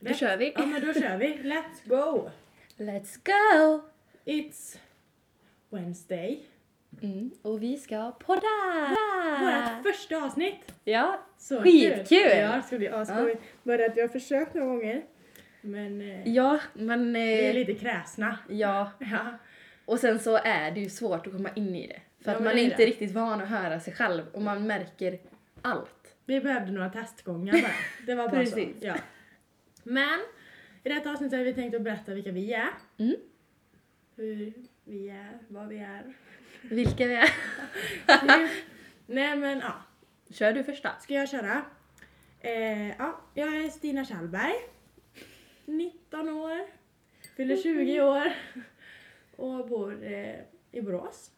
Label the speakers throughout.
Speaker 1: Då kör vi.
Speaker 2: Ja, men då kör vi. Let's go!
Speaker 1: Let's go!
Speaker 2: It's Wednesday.
Speaker 1: Mm, och vi ska podda!
Speaker 2: Vårt första avsnitt.
Speaker 1: Ja,
Speaker 2: Så
Speaker 1: Ah. Skitkul!
Speaker 2: kul. Ja, det ska bli asskojigt. Bara att vi har försökt några gånger. Men eh,
Speaker 1: ja men...
Speaker 2: vi är
Speaker 1: Eh,
Speaker 2: lite kräsna.
Speaker 1: ja,
Speaker 2: Ja.
Speaker 1: och sen så är det ju svårt att komma in i det. För
Speaker 2: Ja,
Speaker 1: att
Speaker 2: men
Speaker 1: man
Speaker 2: det
Speaker 1: är
Speaker 2: är
Speaker 1: inte
Speaker 2: det.
Speaker 1: riktigt van att höra sig själv och man märker allt.
Speaker 2: Vi behövde några testgångar bara. Det var bara så.
Speaker 1: Precis.
Speaker 2: Ja. Men i detta avsnitt hade vi tänkt att berätta vilka vi är.
Speaker 1: Mm.
Speaker 2: Hur vi är, vad vi är.
Speaker 1: Vilka vi är.
Speaker 2: Nej men ja,
Speaker 1: Kör du första?
Speaker 2: ska jag köra? Eh, ja, jag är Stina Kjellberg. 19 år. Fyller 20 år. Och bor eh, i Borås.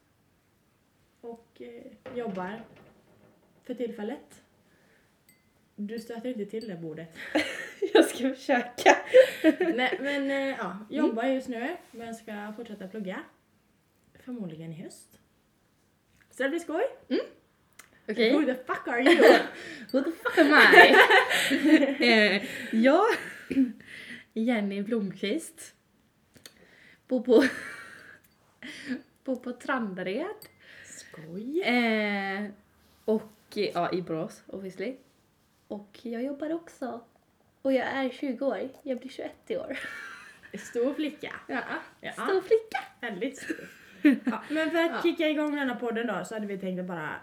Speaker 2: Och eh, jobbar för tillfället. Du stöter inte till det bordet.
Speaker 1: Jag ska försöka.
Speaker 2: Nej men eh, ja, jobbar just nu men ska fortsätta plugga. Förmodligen i höst. Så det blir skoj.
Speaker 1: Okej.
Speaker 2: Who the fuck are you?
Speaker 1: Who the fuck am I? eh, ja, Jenny Blomqvist. Bor på, bor på Trandared.
Speaker 2: skoj.
Speaker 1: Eh, och ja, i Borås obviously. Och jag jobbar också. Och jag är 20 år. Jag blir 21 i år.
Speaker 2: Eh, Stor flicka.
Speaker 1: Ja.
Speaker 2: Ja.
Speaker 1: Stor flicka.
Speaker 2: Väldigt stor. Ja, men för att
Speaker 1: Ja.
Speaker 2: kicka igång den här podden då så hade vi tänkt att bara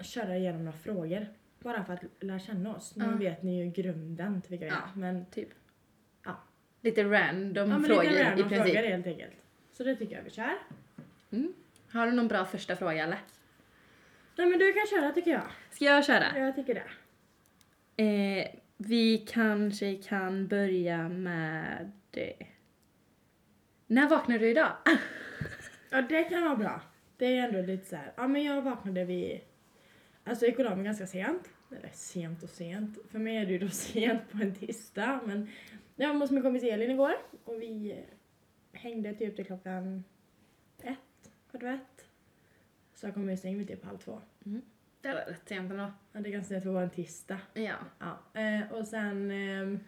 Speaker 2: köra igenom några frågor. Bara för att lära känna oss. Nu
Speaker 1: Ja.
Speaker 2: vet ni ju grunden till vilka vi är.
Speaker 1: Ja.
Speaker 2: Men,
Speaker 1: Typ.
Speaker 2: Ja.
Speaker 1: Lite random
Speaker 2: ja, men
Speaker 1: frågor
Speaker 2: lite random
Speaker 1: i princip.
Speaker 2: frågor helt enkelt. Så det tycker jag vi kör.
Speaker 1: Mm. Har du någon bra första fråga eller?
Speaker 2: Nej men du kan köra tycker jag.
Speaker 1: Ska jag köra?
Speaker 2: Jag tycker det.
Speaker 1: Eh, vi kanske kan börja med... eh, När vaknade du idag?
Speaker 2: Ja, det kan vara bra. Det är ändå lite så här, ja men jag vaknade vid, alltså jag gick och la mig ganska sent. Eller sent och sent, för mig är det ju då sent på en tisdag. Men jag var hos min kompis Elin igår och vi eh, hängde typ till klockan ett, kvart över ett. Så jag kom ur sängen vid typ halv två.
Speaker 1: Det var rätt sent ändå.
Speaker 2: Ja, det är ganska sent för att vara en tisdag.
Speaker 1: Ja.
Speaker 2: Ja, eh, och sen... Eh,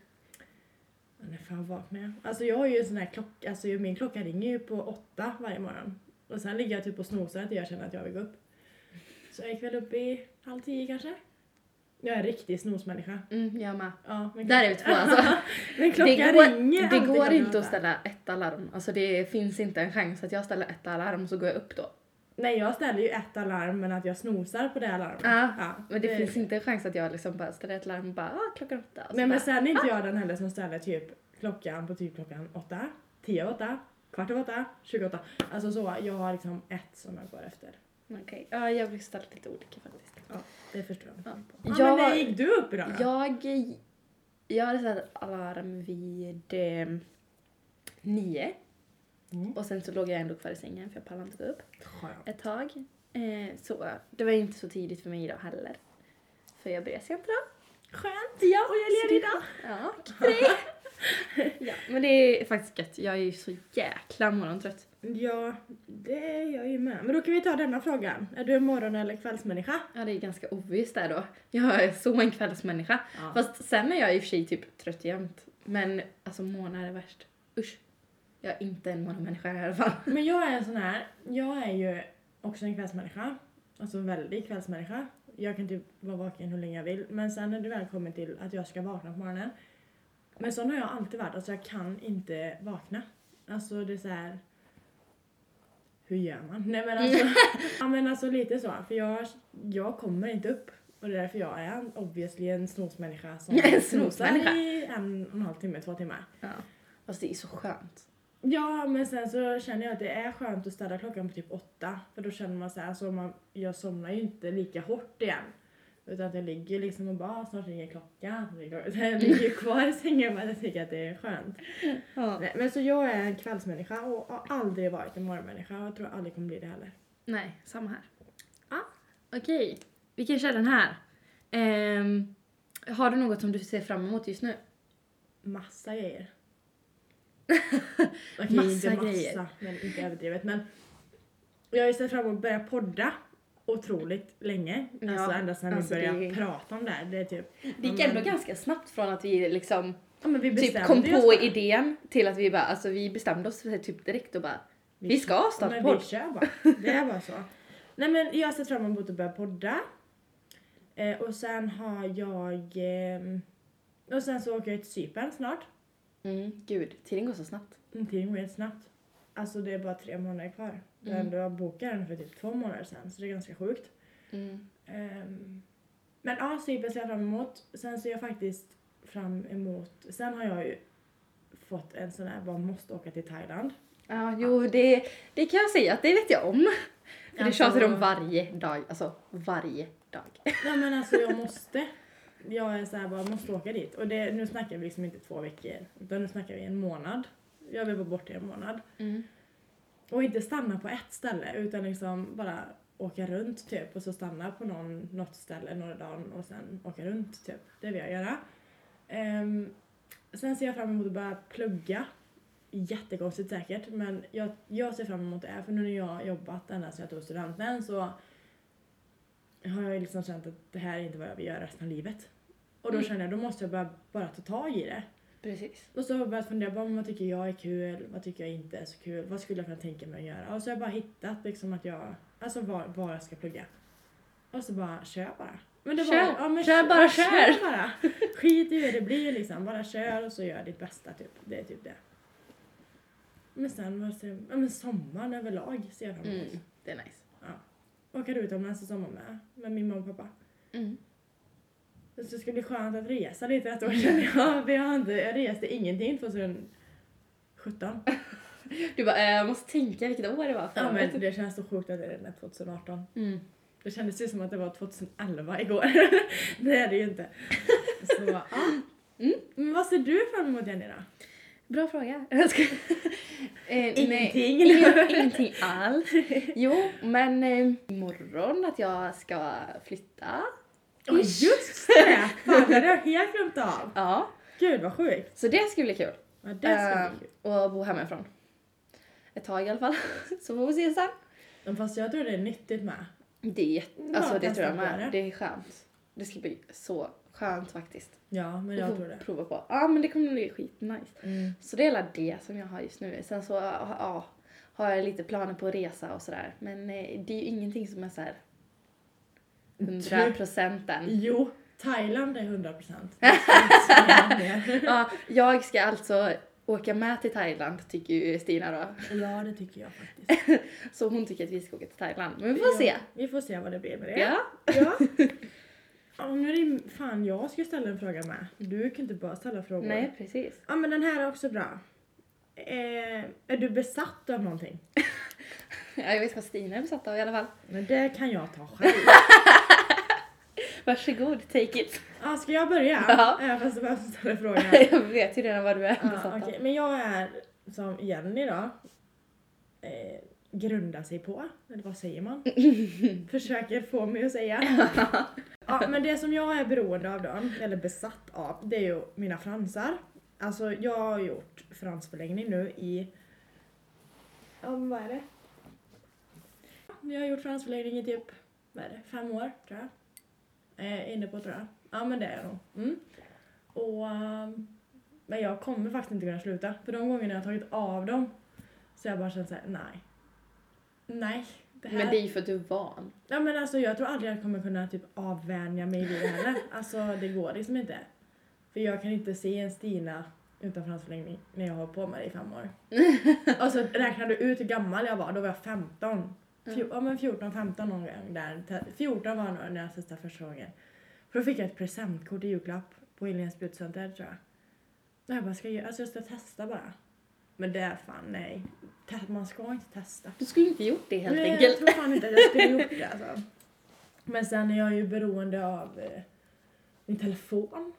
Speaker 2: ja, när fan vaknade jag? Alltså jag har ju en sån här klocka, alltså ju- min klocka ringer ju på åtta varje morgon. Och sen ligger jag typ och snosar att jag känner att jag vill gå upp. Så jag gick väl upp i halv tio kanske. Jag är en riktig snosmänniska.
Speaker 1: Mm, jag med.
Speaker 2: Ja, men
Speaker 1: Där är vi två alltså.
Speaker 2: men
Speaker 1: Det
Speaker 2: klockan ringer
Speaker 1: går, det
Speaker 2: alltid
Speaker 1: går
Speaker 2: klockan
Speaker 1: inte att
Speaker 2: åtta.
Speaker 1: ställa ett alarm. Alltså det finns inte en chans att jag ställer ett alarm så går jag upp då.
Speaker 2: Nej, jag ställer ju ett alarm men att jag snosar på det alarmet.
Speaker 1: Ja, Men det,
Speaker 2: det-
Speaker 1: finns inte en chans att jag liksom bara ställer ett alarm och bara ah, klockan åtta. och så
Speaker 2: Nej
Speaker 1: bara,
Speaker 2: men sen är inte jag den heller som ställer typ klockan på typ klockan åtta, tio över åtta, kvart över åtta, tjugo över åtta. Alltså så, jag har liksom ett som jag går efter.
Speaker 1: Okej, ja jag blir ställd lite olika faktiskt.
Speaker 2: Det förstår jag.
Speaker 1: Ja.
Speaker 2: Ja,
Speaker 1: Jag-
Speaker 2: men när gick du upp idag då?
Speaker 1: Jag, jag hade satt alarm vid eh, nio
Speaker 2: Mm.
Speaker 1: och sen så låg jag ändå kvar i sängen för jag pallade inte gå upp
Speaker 2: Skönt.
Speaker 1: ett tag. Eh, så det var inte så tidigt för mig idag heller. För jag började sent idag.
Speaker 2: Skönt.
Speaker 1: Ja,
Speaker 2: och jag är ledig idag.
Speaker 1: Ja, grej. ja, men det är faktiskt gött. Jag är ju så jäkla morgontrött.
Speaker 2: Ja, det är jag ju med. Men då kan vi ta denna frågan. Är du en morgon eller kvällsmänniska?
Speaker 1: Ja, det är ganska obvious där då. Jag är så en kvällsmänniska.
Speaker 2: Ja.
Speaker 1: Fast sen är jag i och för sig typ trött jämt. Men alltså morgnar är värst. Usch. Jag är inte en morgonmänniska i alla fall.
Speaker 2: Men jag är en sån här, jag är ju också en kvällsmänniska. Alltså en väldig kvällsmänniska. Jag kan typ vara vaken hur länge jag vill. Men sen är du välkommen till att jag ska vakna på morgonen. Men sån har jag alltid varit. Alltså jag kan inte vakna. Alltså det är så här. Hur gör man? Nej men alltså. ja men alltså lite så. För jag, jag kommer inte upp. Och det är därför jag är en, obviously en snosmänniska som snosar
Speaker 1: En snosmänniska.
Speaker 2: i en och en halv timme, två timmar.
Speaker 1: Ja. Fast det är så skönt.
Speaker 2: Ja, men sen så känner jag att det är skönt att ställa klockan på typ åtta. För då känner man så här, alltså man, jag somnar ju inte lika hårt igen. Utan att jag ligger liksom och bara, ah, snart ringer klockan. snart ringer klockan. Så Jag ligger ju kvar i sängen men jag tycker att det är skönt.
Speaker 1: Ja.
Speaker 2: Nej, men så jag är en kvällsmänniska och har aldrig varit en morgonmänniska och jag tror jag aldrig kommer bli det heller.
Speaker 1: Nej, samma här.
Speaker 2: Ja.
Speaker 1: Okej, vi kan köra den här. Ehm, har du något som du ser fram emot just nu?
Speaker 2: Massa grejer. Okej,
Speaker 1: Massa
Speaker 2: inte massa,
Speaker 1: grejer.
Speaker 2: men inte överdrivet. Men jag har ju sett fram emot att börja podda. otroligt länge.
Speaker 1: Ja,
Speaker 2: alltså ända sedan
Speaker 1: alltså
Speaker 2: vi började
Speaker 1: det-
Speaker 2: prata om det här. Det är typ,
Speaker 1: Det gick
Speaker 2: Ja, men-
Speaker 1: ändå ganska snabbt från att vi liksom
Speaker 2: ja, men vi
Speaker 1: typ
Speaker 2: bestämde
Speaker 1: kom
Speaker 2: ju oss
Speaker 1: på
Speaker 2: bara.
Speaker 1: idén till att vi bara, alltså vi bestämde oss för typ direkt och bara, vi ska
Speaker 2: Ja,
Speaker 1: starta
Speaker 2: men vi
Speaker 1: podd.
Speaker 2: kör bara. Det är bara så. Nej men jag har sett fram emot att börja podda. Eh, och sen har jag... ehm, och sen så åker jag till Cypern snart.
Speaker 1: Mm, gud, tiden går så snabbt.
Speaker 2: Mm, Tiden går helt snabbt. Alltså det är bara tre månader kvar.
Speaker 1: Mm.
Speaker 2: Mm. Jag bokade den för typ två månader sedan så det är ganska sjukt.
Speaker 1: Mm.
Speaker 2: Ehm, men ja, Cypern ser jag fram emot. Sen ser jag faktiskt fram emot... Sen har jag ju fått en sån här, bara måste åka till Thailand.
Speaker 1: Ja, jo, det, det kan jag säga att det vet jag om. För det
Speaker 2: Alltså-
Speaker 1: tjatar de varje dag, alltså varje dag.
Speaker 2: Nej men alltså jag måste. Jag är så här bara, måste åka dit. Och det, nu snackar vi liksom inte två veckor. Utan nu snackar vi en månad. Jag vill vara borta i en månad. Och inte stanna på ett ställe utan liksom bara åka runt typ. Och så stanna på någon, något ställe några dagar och sen åka runt typ. Det vill jag göra. Ehm, sen ser jag fram emot att börja plugga. Jättekonstigt säkert men jag, jag ser fram emot det här för nu när jag har jobbat ända sedan jag tog studenten så har jag ju liksom känt att det här är inte vad jag vill göra resten av livet. Och då
Speaker 1: Mm.
Speaker 2: känner jag då måste jag bara, bara ta tag i det.
Speaker 1: Precis.
Speaker 2: Och så har jag börjat fundera på vad tycker jag är kul, vad tycker jag inte är så kul, vad skulle jag kunna tänka mig att göra? Och så har jag bara hittat liksom att jag, alltså var, var jag ska plugga. Och så bara kör bara. Men
Speaker 1: Kör. Kör bara, kör.
Speaker 2: kör bara. Skit i hur det blir liksom, bara kör och så gör ditt bästa typ. Det är typ det. Men sen, vad ser, ja men sommaren överlag ser jag fram emot.
Speaker 1: Mm, det är nice.
Speaker 2: Åker utomlands i sommar med, med min mamma och pappa.
Speaker 1: Mm.
Speaker 2: Så det skulle bli skönt att resa lite ett år känner jag. Vi har inte, jag reste ingenting 2017.
Speaker 1: Du bara, eh, jag måste tänka vilket år det var.
Speaker 2: Ja,
Speaker 1: Fan, vet
Speaker 2: men
Speaker 1: du.
Speaker 2: det känns så sjukt att det redan är 2018.
Speaker 1: Mm.
Speaker 2: Det kändes ju som att det var 2011 igår. det är det ju inte. Så, ja.
Speaker 1: Mm.
Speaker 2: Men vad ser du fram emot Jenny då?
Speaker 1: Bra fråga. Jag ska... eh, Nej.
Speaker 2: Ingenting.
Speaker 1: Ingen, ingenting alls. Jo, men eh, imorgon att jag ska flytta.
Speaker 2: Åh, just det! Fan, det hade jag helt glömt av.
Speaker 1: Ja,
Speaker 2: Gud vad sjukt.
Speaker 1: så det ska bli kul.
Speaker 2: Ja, det ska
Speaker 1: Eh,
Speaker 2: bli kul.
Speaker 1: Och bo hemifrån. Ett tag i alla fall. Så får vi se sen.
Speaker 2: Men Fast jag tror det är nyttigt med.
Speaker 1: Det är jätte...
Speaker 2: Ja,
Speaker 1: Alltså det
Speaker 2: testa
Speaker 1: tror jag
Speaker 2: på
Speaker 1: med.
Speaker 2: det.
Speaker 1: Det är skönt. Det ska bli så skönt faktiskt.
Speaker 2: Ja, men
Speaker 1: Att
Speaker 2: jag
Speaker 1: få
Speaker 2: tror det.
Speaker 1: prova på. Ja men det kommer bli skitnice.
Speaker 2: Mm.
Speaker 1: Så det är hela det som jag har just nu. Sen så ja, har jag lite planer på att resa och sådär. Men eh, det är ju ingenting som är såhär 100% än.
Speaker 2: Typ. Jo, Thailand är 100 procent. ja,
Speaker 1: Ja, jag ska alltså åka med till Thailand tycker ju Stina då.
Speaker 2: det tycker jag faktiskt.
Speaker 1: Så hon tycker att vi ska åka till Thailand. Men vi får se.
Speaker 2: Ja, vi får se vad det blir med det.
Speaker 1: Ja.
Speaker 2: Ja. Ja, nu är det fan jag ska ställa en fråga med. Du kan inte bara ställa frågor.
Speaker 1: Nej, precis.
Speaker 2: Ja, men den här är också bra. Eh, är du besatt av någonting?
Speaker 1: Ja, jag vet vad Stina är besatt av i alla fall.
Speaker 2: Men det kan jag ta själv.
Speaker 1: Varsågod, take it.
Speaker 2: ah, ska jag börja?
Speaker 1: Ja.
Speaker 2: Eh, fast det var jag som ställde frågan.
Speaker 1: Jag vet ju redan vad du är besatt
Speaker 2: Ah,
Speaker 1: av.
Speaker 2: okej. Men jag är som Jenny då. Eh, grunda sig på, eller vad säger man? Försöker få mig att säga. ja, men det som jag är beroende av då, eller besatt av, det är ju mina fransar. Alltså jag har gjort fransförlängning nu i... Ja, men vad är det? Jag har gjort fransförlängning i typ, vad är det, fem år tror jag. Eh, inne på tror jag. Ja men det är jag nog. Mm. Och... ehm, men jag kommer faktiskt inte kunna sluta. För de gångerna jag har tagit av dem så har jag bara känt såhär, nej. Nej. Det här...
Speaker 1: Men det är ju för att du är van.
Speaker 2: Ja men alltså jag tror aldrig jag kommer kunna typ avvänja mig vid det heller. alltså det går liksom inte. För jag kan inte se en Stina utan fransförlängning när jag har hållit på med det i fem år. och så räknar du ut hur gammal jag var, då var jag 15. Fjo- Ja men 14, 15 någon gång där. Te- 14 var jag nog när jag testade första gången. För då fick jag ett presentkort i julklapp på Hillens Beautycenter tror jag. Och jag bara, ska jag, göra- alltså jag ska testa bara. Men det är fan nej. Te- Man ska inte testa.
Speaker 1: Du skulle inte gjort det helt
Speaker 2: Nej,
Speaker 1: enkelt.
Speaker 2: Jag tror fan inte att jag skulle gjort det alltså. Men sen är jag ju beroende av eh, min telefon.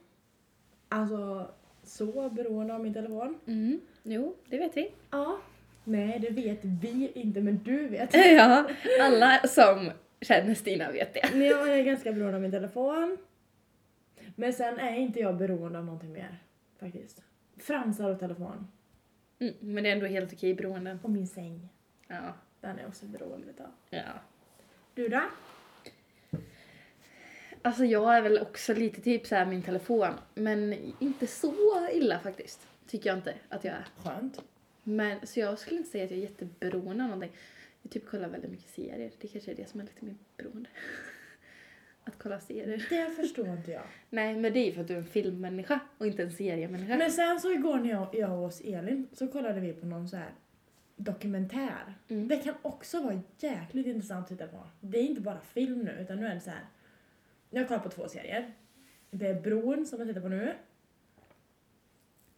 Speaker 2: Alltså så beroende av min telefon.
Speaker 1: Mm. Jo, det vet vi.
Speaker 2: Ja. Nej, det vet vi inte, men du vet.
Speaker 1: Ja, alla som känner Stina vet det.
Speaker 2: Men jag är ganska beroende av min telefon. Men sen är inte jag beroende av någonting mer faktiskt. Fransar och telefon.
Speaker 1: Mm. Men det är ändå helt okej beroenden.
Speaker 2: Och min säng.
Speaker 1: Ja.
Speaker 2: Den är jag också beroende av.
Speaker 1: ja.
Speaker 2: Du då?
Speaker 1: Alltså jag är väl också lite typ så här min telefon. Men inte så illa faktiskt. Tycker jag inte att jag är.
Speaker 2: Skönt.
Speaker 1: Men, så jag skulle inte säga att jag är jätteberoende av någonting. Jag typ kollar väldigt mycket serier. Det kanske är det som är lite min beroende. Att kolla serier.
Speaker 2: Det förstår inte jag.
Speaker 1: Nej, men det är ju för att du är en filmmänniska och inte en seriemänniska.
Speaker 2: Men sen så igår när jag, jag och oss Elin så kollade vi på någon så här dokumentär.
Speaker 1: Mm.
Speaker 2: Det kan också vara jäkligt intressant att titta på. Det är inte bara film nu utan nu är det så här. Jag kollar på två serier. Det är Bron som jag tittar på nu.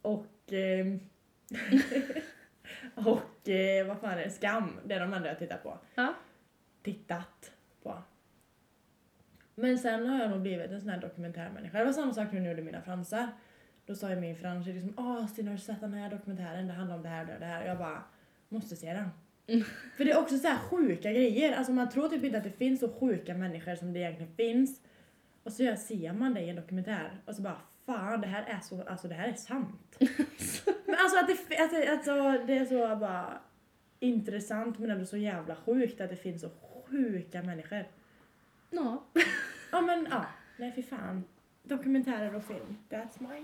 Speaker 2: Och... ehm, och eh, vad fan är det? Skam. Det är de andra jag tittar på.
Speaker 1: Ja.
Speaker 2: Tittat på. Men sen har jag nog blivit en sån här dokumentärmänniska. Det var samma sak när jag gjorde mina fransar. Då sa ju min frans liksom Åh Stina har du sett den här dokumentären? Det handlar om det här och det här och det här. Jag bara Måste se den. För det är också så här sjuka grejer. Alltså man tror typ inte att det finns så sjuka människor som det egentligen finns. Och så gör- ser man det i en dokumentär och så bara fan det här är så, alltså det här är sant. men alltså att det, fi- att det, alltså, det är så bara intressant men ändå så jävla sjukt att det finns så sjuka människor.
Speaker 1: Ja.
Speaker 2: Ja men ja, nej fy fan. Dokumentärer och film, that's my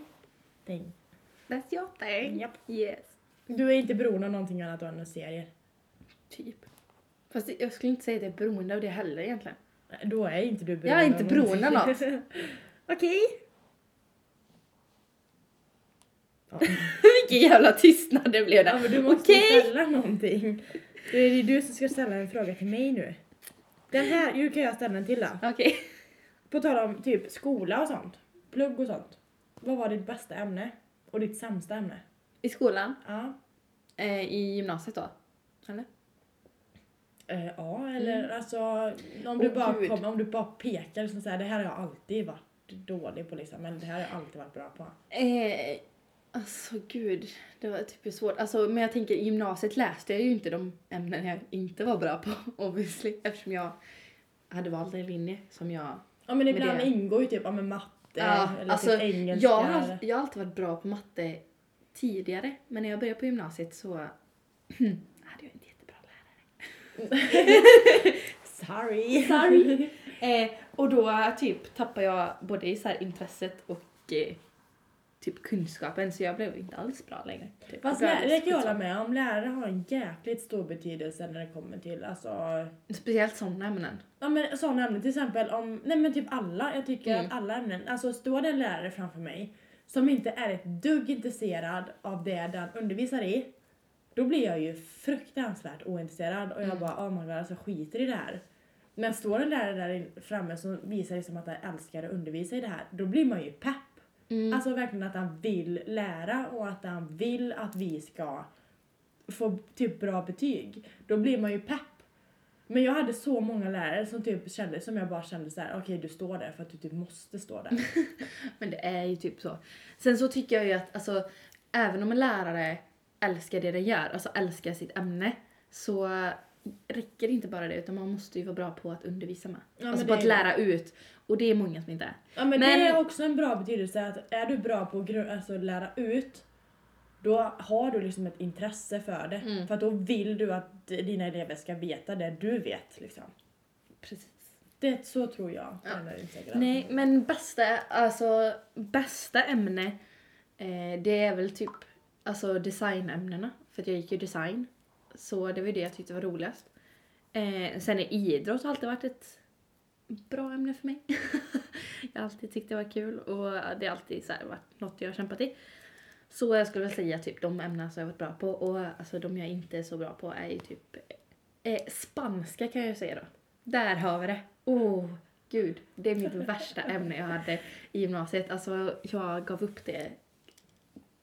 Speaker 2: thing.
Speaker 1: That's your thing.
Speaker 2: Japp.
Speaker 1: Yes.
Speaker 2: Du är inte beroende av någonting annat än serier.
Speaker 1: Typ. Fast det- jag skulle inte säga att jag är beroende av det heller egentligen.
Speaker 2: Nej, Då är inte du beroende
Speaker 1: Jag är inte
Speaker 2: av
Speaker 1: beroende av något.
Speaker 2: någonting.
Speaker 1: Okej.
Speaker 2: Ja.
Speaker 1: Vilken jävla tystnad det blev
Speaker 2: Ja,
Speaker 1: där.
Speaker 2: men du måste ju
Speaker 1: Okej.
Speaker 2: ställa någonting. Det är ju du som ska ställa en fråga till mig nu. Den här, nu kan jag ställa en till då.
Speaker 1: Okej.
Speaker 2: På tal om typ skola och sånt. Plugg och sånt. Vad var ditt bästa ämne? Och ditt sämsta ämne?
Speaker 1: I skolan?
Speaker 2: Ja.
Speaker 1: Eh, I gymnasiet då? Eller?
Speaker 2: Eh, ja, eller alltså om du,
Speaker 1: Åh,
Speaker 2: bara
Speaker 1: gud.
Speaker 2: kom, om du bara pekar som säger det här har jag alltid varit dålig på liksom, eller det här har jag alltid varit bra på.
Speaker 1: Eh, alltså gud, det var typ svårt. Alltså, men jag tänker i gymnasiet läste jag ju inte de ämnen jag inte var bra på obviously. Eftersom jag hade valt en linje som jag...
Speaker 2: Ja men ibland
Speaker 1: det-
Speaker 2: ingår ju typ, ja men matte
Speaker 1: Ja,
Speaker 2: eller
Speaker 1: alltså,
Speaker 2: typ engelska.
Speaker 1: Jag har, all- jag har alltid varit bra på matte tidigare. Men när jag började på gymnasiet så hade jag inte jättebra lärare.
Speaker 2: Sorry.
Speaker 1: Sorry. Eh, och då typ tappade jag både i så här intresset och eh, typ kunskapen. Så jag blev inte alls bra längre. Typ.
Speaker 2: Fast
Speaker 1: Jag blev
Speaker 2: lä- det kan jag
Speaker 1: skitbra.
Speaker 2: hålla med om. Lärare har en jäkligt stor betydelse när det kommer till alltså,
Speaker 1: Speciellt sådana ämnen.
Speaker 2: ja, men sådana ämnen. Till exempel om, nej men typ alla. Jag tycker
Speaker 1: Mm.
Speaker 2: att alla ämnen, alltså står det en lärare framför mig som inte är ett dugg intresserad av det den undervisar i. Då blir jag ju fruktansvärt ointresserad och jag
Speaker 1: Mm.
Speaker 2: bara oh my god alltså jag skiter i det här. Men står en lärare där in- framme som visar liksom att den älskar att undervisa i det här, då blir man ju pepp.
Speaker 1: Mm.
Speaker 2: Alltså verkligen att han vill lära och att han vill att vi ska få typ bra betyg. Då blir man ju pepp. Men jag hade så många lärare som typ kände, som jag bara kände så här: okej du står där för att du typ måste stå där.
Speaker 1: Men det är ju typ så. Sen så tycker jag ju att alltså, även om en lärare älskar det den gör, alltså älskar sitt ämne, så räcker det inte bara det utan man måste ju vara bra på att undervisa med.
Speaker 2: Ja, men
Speaker 1: alltså
Speaker 2: det
Speaker 1: på
Speaker 2: är
Speaker 1: att
Speaker 2: ju-
Speaker 1: lära ut. Och det är många som inte är.
Speaker 2: Ja men,
Speaker 1: Men-
Speaker 2: det är också en bra betydelse att är du bra på att gru- alltså, lära ut då har du liksom ett intresse för det.
Speaker 1: Mm.
Speaker 2: För att då vill du att dina elever ska veta det du vet. Liksom.
Speaker 1: Precis.
Speaker 2: Det, så tror jag.
Speaker 1: Ja.
Speaker 2: Den är säkert.
Speaker 1: Nej, men bästa, alltså bästa ämne, eh, det är väl typ alltså designämnena. För att jag gick ju design. Så det var ju det jag tyckte var roligast. Eh, sen är idrott har alltid varit ett bra ämne för mig. jag har alltid tyckt det var kul och det har alltid så här varit något jag har kämpat i. Så jag skulle väl säga typ de ämnen som jag har varit bra på och alltså de jag inte är så bra på är ju typ eh, spanska kan jag ju säga då. Där har vi det! Oh, gud, det är mitt värsta ämne jag hade i gymnasiet. Alltså jag gav upp det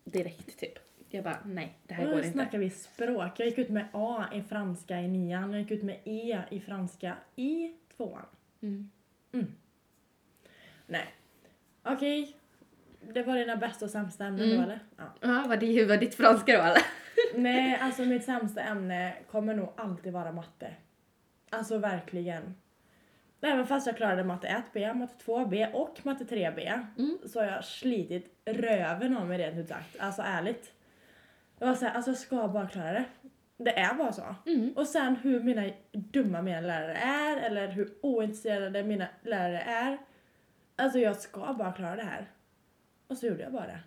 Speaker 1: direkt typ. Jag bara nej, det här
Speaker 2: Nu
Speaker 1: går inte.
Speaker 2: snackar vi språk. Jag gick ut med A i franska i nian, jag gick ut med E i franska i tvåan.
Speaker 1: Mm.
Speaker 2: Nej. Okej. Det var dina bästa och sämsta ämnen
Speaker 1: Mm.
Speaker 2: då eller? Ja.
Speaker 1: Ja, var det var ditt franska då eller?
Speaker 2: Nej, alltså mitt sämsta ämne kommer nog alltid vara matte. Alltså verkligen. Även fast jag klarade matte 1B, matte 2B och matte 3B
Speaker 1: Mm.
Speaker 2: så har jag slitit röven av mig rent ut sagt. Alltså ärligt. Jag var såhär, alltså jag ska bara klara det. Det är bara så.
Speaker 1: Mm.
Speaker 2: Och sen hur mina dumma mina lärare är eller hur ointresserade mina lärare är. Alltså jag ska bara klara det här. Och så gjorde jag bara det.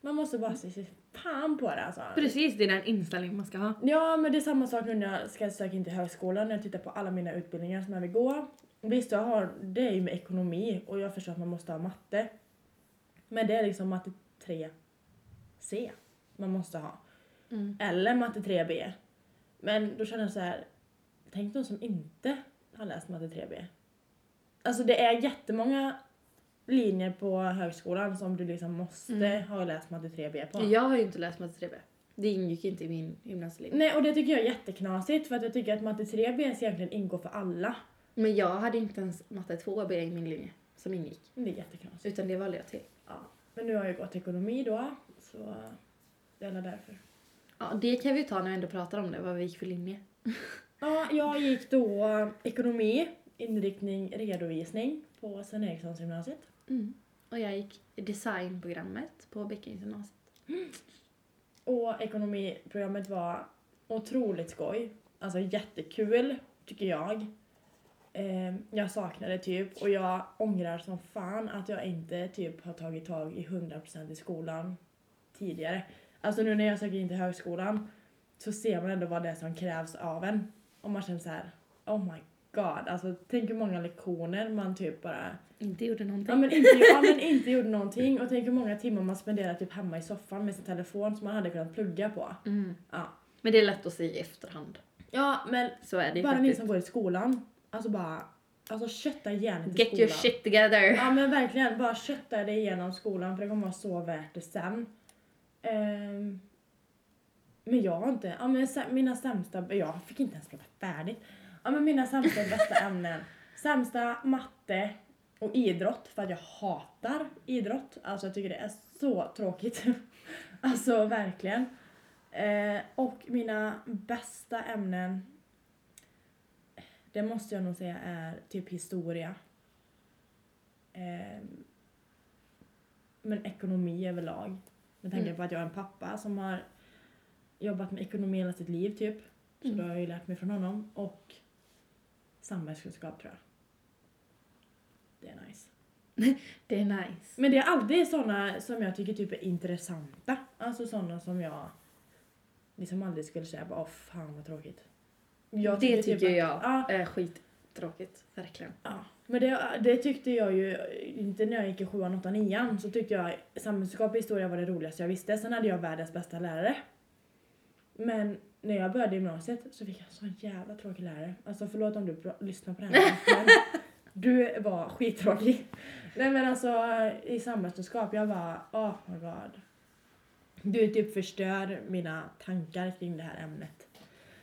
Speaker 2: Man måste bara se sig fan på det alltså.
Speaker 1: Mm. Precis, det är den inställningen man ska ha.
Speaker 2: Ja, men det är samma sak nu när jag ska söka in till högskolan. När jag tittar på alla mina utbildningar som jag vill gå. Visst, jag har, det är ju med ekonomi och jag förstår att man måste ha matte. Men det är liksom matte 3C man måste ha.
Speaker 1: Mm.
Speaker 2: Eller matte 3B. Men då känner jag så här. tänk de som inte har läst matte 3B. Alltså det är jättemånga linjer på högskolan som du liksom måste
Speaker 1: Mm.
Speaker 2: ha läst matte 3B på.
Speaker 1: Jag har ju inte läst matte 3B. Det ingick inte i min gymnasielinje.
Speaker 2: Nej, och det tycker jag är jätteknasigt för att jag tycker att matte 3B ska egentligen ingå för alla.
Speaker 1: Men jag hade inte ens matte 2B i min linje som ingick.
Speaker 2: Men Det är jätteknasigt.
Speaker 1: Utan det valde jag till.
Speaker 2: Ja. Men nu har jag gått ekonomi då, så det är väl därför.
Speaker 1: Ja, det kan vi ju ta när vi ändå pratar om det, vad vi gick för linje.
Speaker 2: Ja, jag gick då ekonomi, inriktning, redovisning på Sven Erikssons gymnasiet.
Speaker 1: Mm. Och jag gick designprogrammet på Bäckengymnasiet.
Speaker 2: Och ekonomiprogrammet var otroligt skoj. Alltså jättekul, tycker jag. Eh, jag saknade typ, och jag ångrar som fan att jag inte typ har tagit tag i 100% i skolan tidigare. Alltså nu när jag söker in till högskolan så ser man ändå vad det är som krävs av en. Och man känner så här, oh my god. Alltså tänk hur många lektioner man typ bara
Speaker 1: Inte gjorde någonting.
Speaker 2: Ja men, inte, ja men inte gjorde någonting och tänk hur många timmar man spenderar typ hemma i soffan med sin telefon som man hade kunnat plugga på.
Speaker 1: Mm.
Speaker 2: Ja,
Speaker 1: Men det är lätt att säga i efterhand.
Speaker 2: ja men
Speaker 1: Så är det ju
Speaker 2: bara ni
Speaker 1: faktiskt.
Speaker 2: som går i skolan, alltså bara, alltså kötta igenom till
Speaker 1: Get
Speaker 2: skolan.
Speaker 1: your shit together!
Speaker 2: Ja men verkligen, bara kötta dig igenom skolan för det kommer vara så värt det sen. Ehm, men jag har inte, ja men sä- mina sämsta, jag fick inte ens skriva färdigt. Ja men mina sämsta och bästa ämnen. Sämsta matte och idrott för att jag hatar idrott. Alltså jag tycker det är så tråkigt. alltså verkligen. Eh, och mina bästa ämnen, det måste jag nog säga är typ historia. Ehm, men ekonomi överlag. Med tanke
Speaker 1: Mm.
Speaker 2: på att jag har en pappa som har jobbat med ekonomi hela sitt liv typ. Så
Speaker 1: Mm.
Speaker 2: då har jag ju lärt mig från honom. Och samhällskunskap tror jag. Det är nice.
Speaker 1: Det är nice.
Speaker 2: Men det är alltid såna som jag tycker typ är intressanta. Alltså såna som jag liksom aldrig skulle säga bara åh fan vad tråkigt. Jag
Speaker 1: det
Speaker 2: typ
Speaker 1: tycker
Speaker 2: att-
Speaker 1: jag
Speaker 2: Ja,
Speaker 1: är skittråkigt. Verkligen.
Speaker 2: Ja, men det, det tyckte jag ju inte när jag gick i sjuan, åttan, nian. Så tyckte jag samhällskunskap och historia var det roligaste jag visste. Sen hade jag världens bästa lärare. Men när jag började gymnasiet så fick jag en sån jävla tråkig lärare. Alltså förlåt om du pra- lyssnar på det här. men Du var skittråkig. Nej men alltså i samhällskunskap, jag bara oh my god. Du typ förstör mina tankar kring det här ämnet.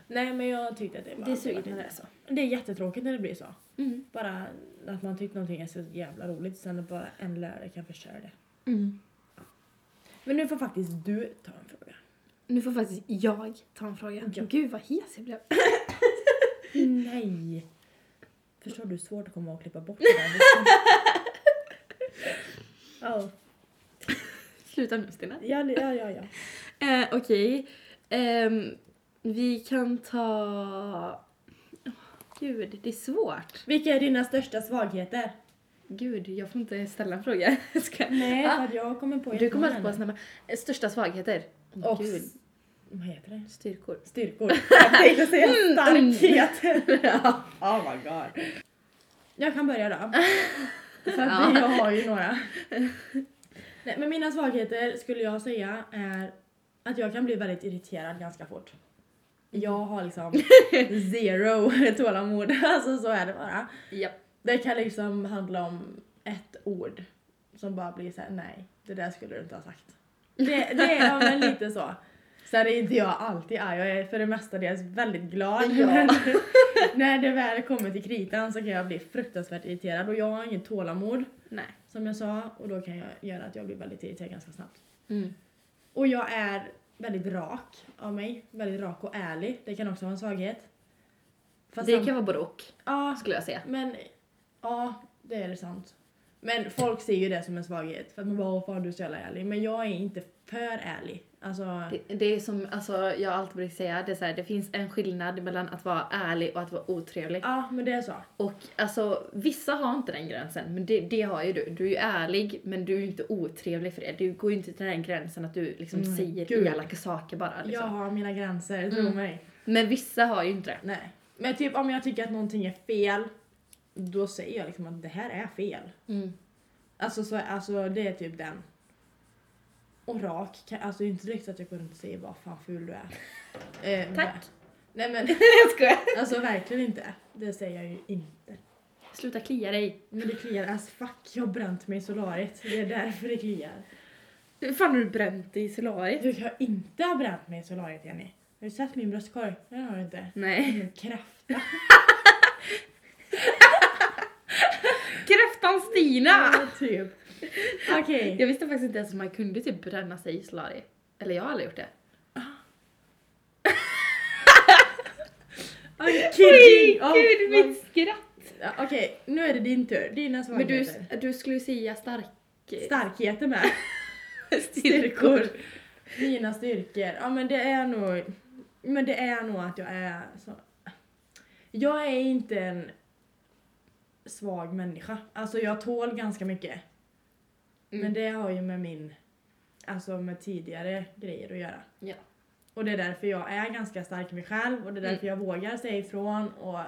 Speaker 2: Nej men jag tyckte att det var...
Speaker 1: Det är sugigt när det är så.
Speaker 2: Det är jättetråkigt när det blir så.
Speaker 1: Mm.
Speaker 2: Bara att man tycker någonting är så jävla roligt sen att bara en lärare kan förstöra det.
Speaker 1: Mm.
Speaker 2: Men nu får faktiskt du ta en fråga.
Speaker 1: Nu får faktiskt jag ta en fråga.
Speaker 2: Ja.
Speaker 1: Gud vad hes jag blev.
Speaker 2: Nej! Förstår du hur svårt det kommer att klippa bort det där? oh.
Speaker 1: Sluta nu Stina.
Speaker 2: ja, det- ja, ja, ja.
Speaker 1: Eh, Okej. Ehm, vi kan ta... Åh, Gud, det är svårt.
Speaker 2: Vilka är dina största svagheter?
Speaker 1: Gud, jag får inte ställa en fråga. Jag ska...
Speaker 2: Nej,
Speaker 1: Ah.
Speaker 2: för att jag kommer på
Speaker 1: Du kommer alltid
Speaker 2: jättemånga
Speaker 1: på snabba... eh, Största svagheter?
Speaker 2: nu. Och...
Speaker 1: Gud,
Speaker 2: Vad heter det?
Speaker 1: styrkor.
Speaker 2: Styrkor. Jag tänkte säga starkhet.
Speaker 1: Mm. ja.
Speaker 2: oh my god. Jag kan börja då. För
Speaker 1: Ja.
Speaker 2: att jag har ju några. Nej, men mina svagheter skulle jag säga är att jag kan bli väldigt irriterad ganska fort. Jag har liksom zero tålamod, alltså så är det bara.
Speaker 1: Japp.
Speaker 2: Det kan liksom handla om ett ord som bara blir såhär, nej, det där skulle du inte ha sagt. Det, det är ja, men lite så. Sen är inte jag alltid arg, jag är för det mesta dels väldigt glad.
Speaker 1: Ja.
Speaker 2: Men när det väl kommer till kritan så kan jag bli fruktansvärt irriterad och jag har inget tålamod
Speaker 1: Nej.
Speaker 2: som jag sa och då kan jag göra att jag blir väldigt irriterad ganska snabbt.
Speaker 1: Mm.
Speaker 2: Och jag är väldigt rak av mig, väldigt rak och ärlig. Det kan också vara en svaghet. Fast
Speaker 1: Det
Speaker 2: sam-
Speaker 1: kan vara både och,
Speaker 2: Ja,
Speaker 1: skulle jag säga.
Speaker 2: men ja, det är sant. Men folk ser ju det som en svaghet för att man bara "Åh, fan du är så jävla ärlig. Men jag är inte för ärlig. Alltså,
Speaker 1: Det, det är som alltså, jag alltid brukar säga, det, är så här, det finns en skillnad mellan att vara ärlig och att vara otrevlig.
Speaker 2: ja men det är så.
Speaker 1: Och alltså, vissa har inte den gränsen, men det, det har ju du. Du är ju ärlig, men du är ju inte otrevlig för det. Du går ju inte till den här gränsen att du liksom
Speaker 2: Mm,
Speaker 1: säger
Speaker 2: gud.
Speaker 1: elaka saker bara. Liksom.
Speaker 2: Jag har mina gränser, tro
Speaker 1: Mm.
Speaker 2: mig.
Speaker 1: Men vissa har ju inte det.
Speaker 2: Nej. Men typ om jag tycker att någonting är fel, då säger jag liksom att det här är fel.
Speaker 1: Mm.
Speaker 2: Alltså, så, alltså det är typ den. Och rak, kan, alltså det är inte direkt att jag går runt och säger vad fan ful du är. Eh,
Speaker 1: Tack.
Speaker 2: men- Nej men
Speaker 1: jag skojar.
Speaker 2: alltså verkligen inte. Det säger jag ju inte.
Speaker 1: Sluta klia dig.
Speaker 2: Men det kliar as fuck, jag har bränt mig i solariet. Det är därför det kliar.
Speaker 1: Hur fan har du bränt dig i solariet?
Speaker 2: Du kan inte ha bränt mig i solariet Jenny. Har du sett min bröstkorg? Den har du inte.
Speaker 1: Nej.
Speaker 2: Min kraft.
Speaker 1: Kräftan Stina!
Speaker 2: typ. Okej.
Speaker 1: Jag visste faktiskt inte ens att man kunde typ bränna sig i solariet. Eller jag har aldrig gjort det.
Speaker 2: Are you
Speaker 1: Oj,
Speaker 2: kidding? Oh,
Speaker 1: gud
Speaker 2: vad-
Speaker 1: mitt skratt!
Speaker 2: Ja, Okej, nu är det din tur. Dina
Speaker 1: Men du,
Speaker 2: svagheter.
Speaker 1: du skulle ju säga stark... Mm.
Speaker 2: Starkheten med.
Speaker 1: styrkor.
Speaker 2: Mina styrkor. Ja men det är nog... Men det är nog att jag är så... Jag är inte en svag människa. Alltså jag tål ganska mycket.
Speaker 1: Mm.
Speaker 2: Men det har ju med min... Alltså med tidigare grejer att göra.
Speaker 1: Ja. Mm.
Speaker 2: Och det är därför jag är ganska stark i mig själv och det är därför jag vågar säga ifrån och...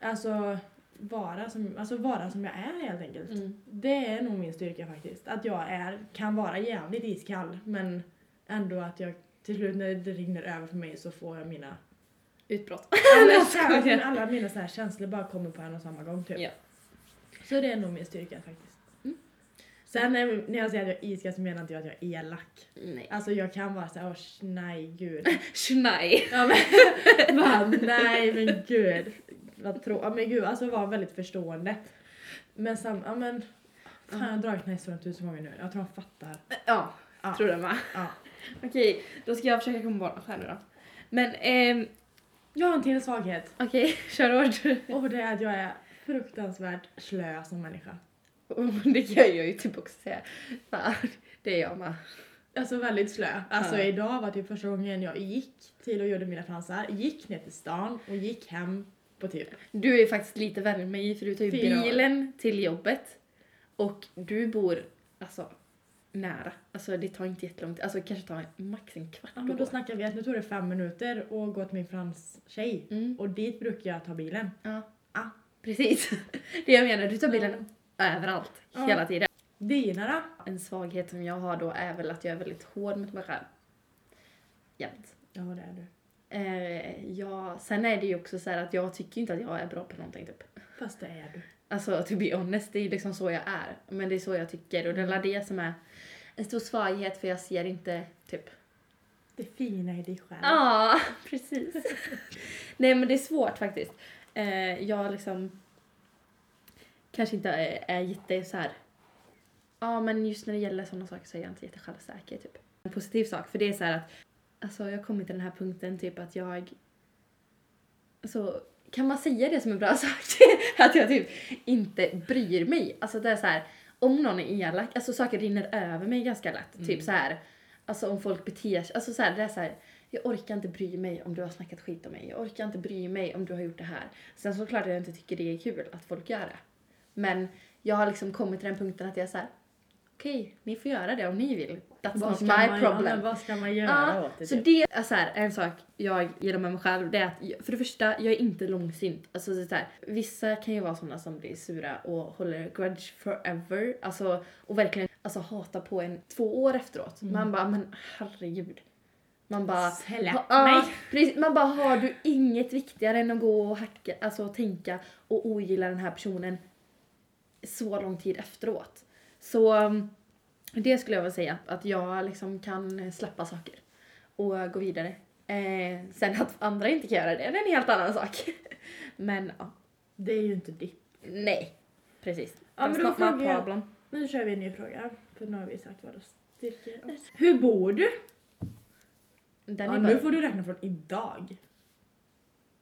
Speaker 2: Alltså vara som, alltså vara som jag är helt enkelt.
Speaker 1: Mm.
Speaker 2: Det är nog min styrka faktiskt. Att jag är, kan vara jävligt iskall men ändå att jag till slut när det rinner över för mig så får jag mina...
Speaker 1: Utbrott.
Speaker 2: Alla,
Speaker 1: jag
Speaker 2: så här,
Speaker 1: skojar.
Speaker 2: alla mina så här känslor bara kommer på en och samma gång typ.
Speaker 1: Ja. Mm.
Speaker 2: Så det är nog min styrka faktiskt. Sen eh, när jag säger att jag är iskall så menar inte jag att jag är elak.
Speaker 1: Nej.
Speaker 2: Alltså jag kan vara såhär, åh sh- nej gud.
Speaker 1: Schnei.
Speaker 2: Ja, men, bara, nej men gud. Vad trå- ja, men gud, alltså var väldigt förstående. Men sam, ja men. Fan jag har dragit den här historien tusen gånger nu. Jag tror han fattar.
Speaker 1: Ja,
Speaker 2: Ja.
Speaker 1: tror jag med.
Speaker 2: Ja.
Speaker 1: Okej, då ska jag försöka komma på något här nu då. Men ehm,
Speaker 2: Jag har en till svaghet.
Speaker 1: okej, kör hårt.
Speaker 2: Och det är att jag är fruktansvärt slö som människa.
Speaker 1: Oh, det kan jag ju typ också säga. Fan, det är jag med.
Speaker 2: Alltså väldigt slö. Alltså
Speaker 1: Ja.
Speaker 2: idag var typ första gången jag gick till och gjorde mina fransar. Gick ner till stan och gick hem på typ.
Speaker 1: Du är faktiskt lite värre än mig för du tar ju
Speaker 2: Fyra år.
Speaker 1: bilen till jobbet och du bor alltså nära. Alltså det tar inte jättelång tid, alltså det kanske tar max en kvart
Speaker 2: Ja men
Speaker 1: att
Speaker 2: då
Speaker 1: gå.
Speaker 2: snackar vi att nu tog det fem minuter och gå till min franstjej.
Speaker 1: Mm.
Speaker 2: Och dit brukar jag ta bilen.
Speaker 1: Ja.
Speaker 2: Ja.
Speaker 1: Precis. Det jag menar, du tar bilen
Speaker 2: Mm.
Speaker 1: överallt,
Speaker 2: Ja.
Speaker 1: hela tiden.
Speaker 2: Dina då?
Speaker 1: En svaghet som jag har då är väl att jag är väldigt hård mot mig själv. Jämt.
Speaker 2: Ja det är du.
Speaker 1: Eh, ja, sen är det ju också så här att jag tycker inte att jag är bra på någonting typ.
Speaker 2: Fast det är du.
Speaker 1: Alltså to be honest, det är ju liksom så jag är. Men det är så jag tycker och det är väl det som är en stor svaghet för jag ser inte typ...
Speaker 2: Det fina i dig själv.
Speaker 1: Ja, precis. Nej men det är svårt faktiskt. Eh, jag liksom kanske inte är, är jätte så här. Ja men just när det gäller sådana saker så är jag inte jätte självsäker typ. En positiv sak för det är så här att alltså jag har kommit till den här punkten typ att jag så kan man säga det som en bra sak? att jag typ inte bryr mig. Alltså det är så här om någon är elak, alltså saker rinner över mig ganska lätt.
Speaker 2: Mm.
Speaker 1: Typ så här alltså om folk beter sig, alltså så här, det är så här jag orkar inte bry mig om du har snackat skit om mig. Jag orkar inte bry mig om du har gjort det här. Sen såklart jag inte tycker det är kul att folk gör det. Men jag har liksom kommit till den punkten att jag är så här. okej, ni får göra det om ni vill. That's
Speaker 2: Vad
Speaker 1: not
Speaker 2: ska
Speaker 1: my
Speaker 2: man-
Speaker 1: problem.
Speaker 2: ja, men vad ska man göra
Speaker 1: Ja,
Speaker 2: åt det?
Speaker 1: så
Speaker 2: typ?
Speaker 1: det är så här, en sak jag gillar med mig själv. Det är att jag- för det första, jag är inte långsint. Alltså, så här, vissa kan ju vara såna som blir sura och håller grudge forever. Alltså, och verkligen alltså, hatar på en två år efteråt.
Speaker 2: Mm.
Speaker 1: Man bara, men herregud. Man bara...
Speaker 2: Släpp
Speaker 1: ha- ja,
Speaker 2: mig.
Speaker 1: precis, man bara, har du inget viktigare än att gå och hacka, alltså, tänka och ogilla den här personen så lång tid efteråt? Så... um, det skulle jag vilja säga, att jag liksom kan släppa saker och gå vidare. Eh, sen att andra inte kan göra det, det är en helt annan sak. Men ja,
Speaker 2: Det är ju inte ditt.
Speaker 1: nej. Precis.
Speaker 2: Ja, men då
Speaker 1: That's not my
Speaker 2: frågar jag-
Speaker 1: problem.
Speaker 2: Nu kör vi en ny fråga. För nu har vi sagt våra styrkor. är. Hur bor du?
Speaker 1: Den
Speaker 2: Ja,
Speaker 1: är
Speaker 2: nu
Speaker 1: bara...
Speaker 2: får du räkna från idag.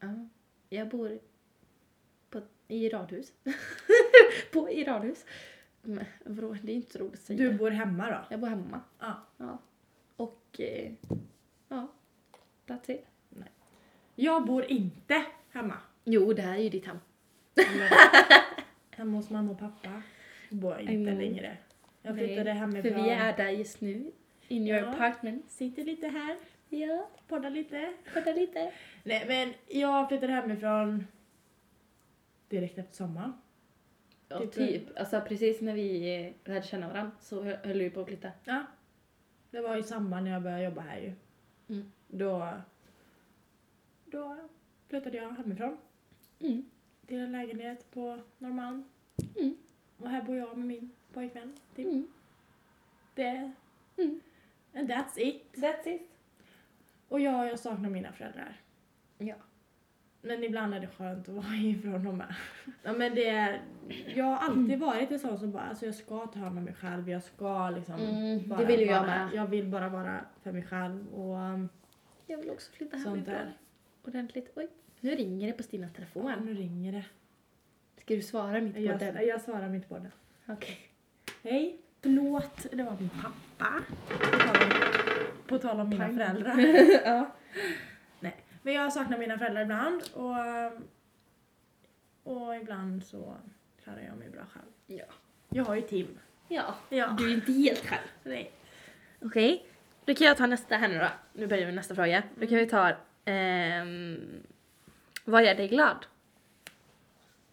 Speaker 1: Ja. jag bor på, i radhus. på, I radhus. Men vadå, det är inte så roligt att säga.
Speaker 2: Du bor hemma då?
Speaker 1: Jag bor hemma.
Speaker 2: Ja.
Speaker 1: Ja. Och eh, ja, that's it.
Speaker 2: Jag bor inte hemma.
Speaker 1: Jo, det här är ju ditt hem.
Speaker 2: Men hemma hos mamma och pappa bor jag inte
Speaker 1: Mm.
Speaker 2: längre. Jag
Speaker 1: Nej,
Speaker 2: flyttade hemifrån.
Speaker 1: För vi är där just nu. In your
Speaker 2: Ja.
Speaker 1: apartment.
Speaker 2: Sitter lite här,
Speaker 1: Ja,
Speaker 2: poddar lite.
Speaker 1: kolla lite.
Speaker 2: Nej men jag flyttade hemifrån direkt efter sommaren.
Speaker 1: Ja,
Speaker 2: Typ-
Speaker 1: typ. Alltså precis när vi eh, lärde känna varandra så hö- höll vi på att flytta.
Speaker 2: Ja. Det var i samband när jag började jobba här ju.
Speaker 1: Mm.
Speaker 2: Då, då flyttade jag hemifrån
Speaker 1: Mm.
Speaker 2: till en lägenhet på Norrmalm.
Speaker 1: Mm.
Speaker 2: Och här bor jag med min pojkvän. Typ.
Speaker 1: Mm.
Speaker 2: Det.
Speaker 1: Mm.
Speaker 2: And that's it.
Speaker 1: That's it.
Speaker 2: Och ja, jag saknar mina föräldrar.
Speaker 1: Ja.
Speaker 2: Men ibland är det skönt att vara ifrån dem med. Ja, men det är, jag har alltid varit en sån som bara, alltså jag ska ta hand om mig själv, jag ska liksom
Speaker 1: Mm, det vill ju jag
Speaker 2: vara,
Speaker 1: med.
Speaker 2: Jag vill bara vara för mig själv och um,
Speaker 1: Jag vill också flytta
Speaker 2: sånt där.
Speaker 1: hemifrån. Ordentligt. Oj, nu ringer det på Stinas
Speaker 2: Ja,
Speaker 1: telefon.
Speaker 2: nu ringer det.
Speaker 1: Ska du svara mitt på den?
Speaker 2: Jag, jag svarar mitt på den.
Speaker 1: Okej.
Speaker 2: Hej. Förlåt, det var min pappa. På tal om, på tal om mina
Speaker 1: Pang.
Speaker 2: föräldrar.
Speaker 1: ja.
Speaker 2: Nej, men jag saknar mina föräldrar ibland och, och ibland så klarar jag mig bra själv.
Speaker 1: Ja.
Speaker 2: Jag har ju Tim.
Speaker 1: ja.
Speaker 2: Ja.
Speaker 1: Du är inte helt själv.
Speaker 2: Nej.
Speaker 1: Okej, då kan jag ta nästa här nu då. Nu börjar vi med nästa fråga. Då kan vi ta... ehm, vad gör dig glad?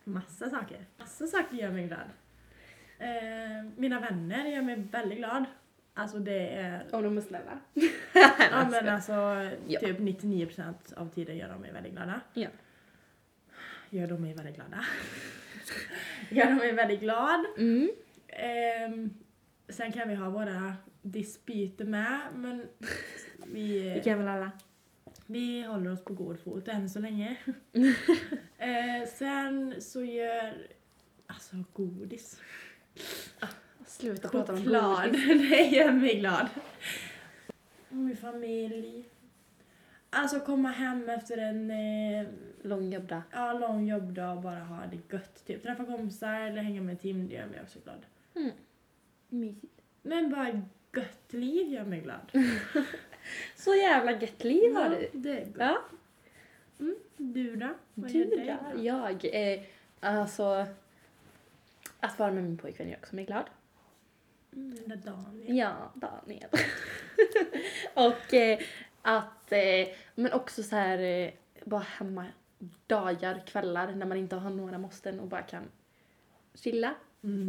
Speaker 2: Massa saker. Massa saker gör mig glad. Eh, mina vänner gör mig väldigt glad. Alltså det är...
Speaker 1: Om de är snälla.
Speaker 2: Ja men alltså
Speaker 1: Ja.
Speaker 2: typ 99% av tiden gör de mig väldigt glada.
Speaker 1: Ja.
Speaker 2: Gör de mig väldigt glada. gör de mig väldigt glad.
Speaker 1: Mm.
Speaker 2: Ehm, sen kan vi ha våra dispyter med, men
Speaker 1: Vi
Speaker 2: vi,
Speaker 1: kan väl alla?
Speaker 2: vi håller oss på god fot än så länge. Ehm, sen så gör... Alltså godis.
Speaker 1: Sluta
Speaker 2: Choklad. Det gör mig glad. Och Min familj. Alltså komma hem efter en eh,
Speaker 1: Lång jobbdag.
Speaker 2: ja, lång jobbdag och bara ha det gött. Typ. Träffa kompisar eller hänga med Tim, det gör mig också glad.
Speaker 1: Mysigt.
Speaker 2: Men bara gött liv gör mig glad.
Speaker 1: Så jävla gött liv har du.
Speaker 2: Det är gott.
Speaker 1: Ja.
Speaker 2: Du då? Vad gör
Speaker 1: Du
Speaker 2: dig
Speaker 1: då?
Speaker 2: glad?
Speaker 1: Jag är... Alltså... Att vara med min pojkvän gör också mig glad.
Speaker 2: Mm, den där Daniel.
Speaker 1: Ja, Daniel. och eh, att, eh, men också så här eh, bara hemma dagar, kvällar när man inte har några måsten och bara kan chilla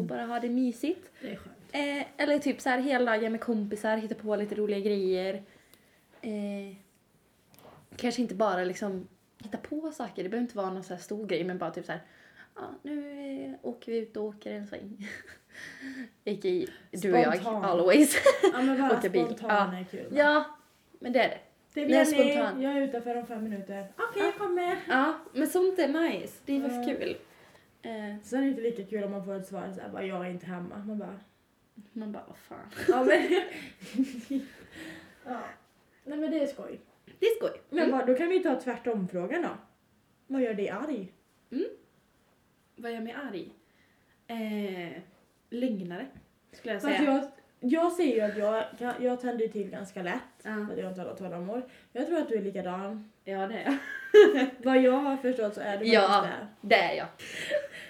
Speaker 1: och bara ha det mysigt.
Speaker 2: Mm, Det är skönt.
Speaker 1: Eh, eller typ så här heldagar med kompisar, hitta på lite roliga grejer. Eh, kanske inte bara liksom hitta på saker, det behöver inte vara någon så här stor grej men bara typ så här Ja, nu eh, åker vi ut och åker en sväng. Aka, du och jag,
Speaker 2: Spontan.
Speaker 1: always.
Speaker 2: Ja men bara
Speaker 1: Åka bil.
Speaker 2: spontan är kul.
Speaker 1: Ja, men det är det.
Speaker 2: Det
Speaker 1: jag
Speaker 2: blir
Speaker 1: är spontan.
Speaker 2: ni, jag är utanför om fem minuter. Okej, jag kommer.
Speaker 1: Ja, men sånt är nice. Det är faktiskt
Speaker 2: Mm.
Speaker 1: kul. Eh,
Speaker 2: Sen är det inte lika kul om man får ett svar såhär bara jag är inte hemma. Man bara
Speaker 1: man bara, vad fan.
Speaker 2: ja men. ja. Nej men det är skoj.
Speaker 1: Det är skoj.
Speaker 2: Men vad, då kan vi ta tvärtom frågan då. Vad gör dig arg?
Speaker 1: Vad gör mig arg? Eh, lugnare, skulle jag
Speaker 2: Fast
Speaker 1: säga.
Speaker 2: jag, jag ser ju att jag, kan- jag tänder ju till ganska lätt.
Speaker 1: Ja,
Speaker 2: För att jag inte har något tålamod. Jag tror att du är likadan.
Speaker 1: ja, det är jag.
Speaker 2: Vad jag har förstått så är du
Speaker 1: Ja.
Speaker 2: faktiskt det.
Speaker 1: Det är jag.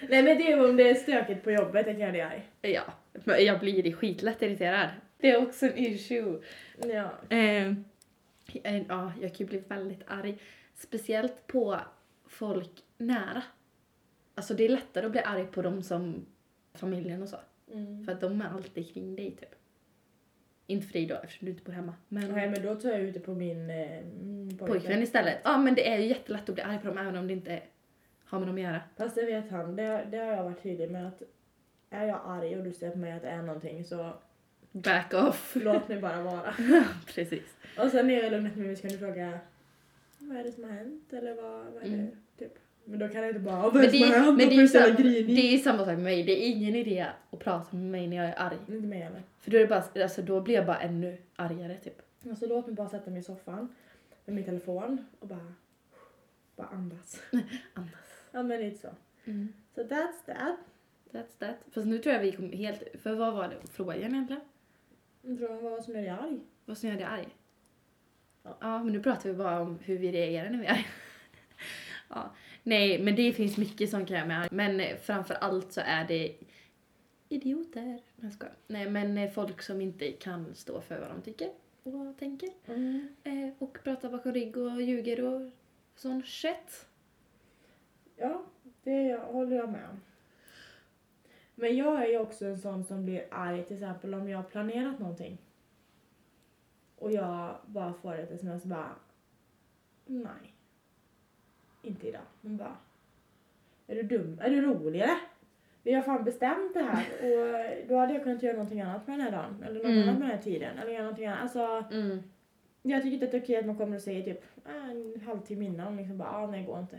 Speaker 2: Nej men det är om det är stökigt på jobbet, det kan jag bli arg.
Speaker 1: Ja. Men jag blir skitlätt irriterad. Det är också en issue.
Speaker 2: Ja.
Speaker 1: Eh, eh, ja, jag kan ju bli väldigt arg. Speciellt på folk nära. Alltså det är lättare att bli arg på dem som familjen och så.
Speaker 2: Mm.
Speaker 1: För att de är alltid kring dig typ. Inte för dig då eftersom du inte bor hemma. Men
Speaker 2: Nej men då tar jag ut det på min eh, mm, pojkvän.
Speaker 1: pojkvän istället. Ja men det är ju jättelätt att bli arg på dem även om det inte har med dem att göra.
Speaker 2: Fast det vet han, det, det har jag varit tydlig med att är jag arg och du ser på mig att det är någonting så
Speaker 1: Back off.
Speaker 2: låt mig bara vara.
Speaker 1: Precis.
Speaker 2: och sen när jag är lugnet med mig så kan du fråga vad är det som har hänt eller vad, vad är det?
Speaker 1: Mm.
Speaker 2: Typ. Men då kan jag inte bara vad
Speaker 1: Men
Speaker 2: är det
Speaker 1: det,
Speaker 2: som har
Speaker 1: är-
Speaker 2: hänt?
Speaker 1: men det,
Speaker 2: Varför
Speaker 1: är
Speaker 2: är du
Speaker 1: ju
Speaker 2: så jävla
Speaker 1: samma, det
Speaker 2: grinig?
Speaker 1: är ju samma sak med mig. Det är ingen idé att prata med mig när jag är arg.
Speaker 2: Inte mig heller.
Speaker 1: För då, är det bara, alltså, då blir jag bara ännu argare typ.
Speaker 2: Alltså låt mig bara sätta mig i soffan med min telefon och bara, bara andas.
Speaker 1: Andas.
Speaker 2: Mm. Ja men lite så. Så that's that.
Speaker 1: That's that. Fast nu tror jag vi kom helt... För vad var det frågan egentligen?
Speaker 2: Jag tror hon var som gör dig arg.
Speaker 1: Vad som gör dig arg?
Speaker 2: Ja.
Speaker 1: Ja, men nu pratar vi bara om hur vi reagerar när vi är arga. ja. Nej, men det finns mycket som kan göra mig arg. Men eh, framför allt så är det idioter. Nej, jag skojar. Nej, men eh, folk som inte kan stå för vad de tycker och vad de tänker. Eh, och pratar bakom rygg och ljuger och sån shit.
Speaker 2: Ja, det jag, håller jag med om. Men jag är ju också en sån som blir arg till exempel om jag har planerat någonting. Och jag bara får ett sms bara Nej. Inte idag. Men bara Är du dum? Är du rolig eller? Vi har fan bestämt det här och eh, då hade jag kunnat göra någonting annat med den här dagen. Eller något
Speaker 1: Mm.
Speaker 2: annat med den här tiden. Eller göra någonting annat. Alltså,
Speaker 1: Mm.
Speaker 2: jag tycker inte att det är okej att man kommer och säger typ "Ah, en halvtimme innan liksom bara ah, nej det går inte.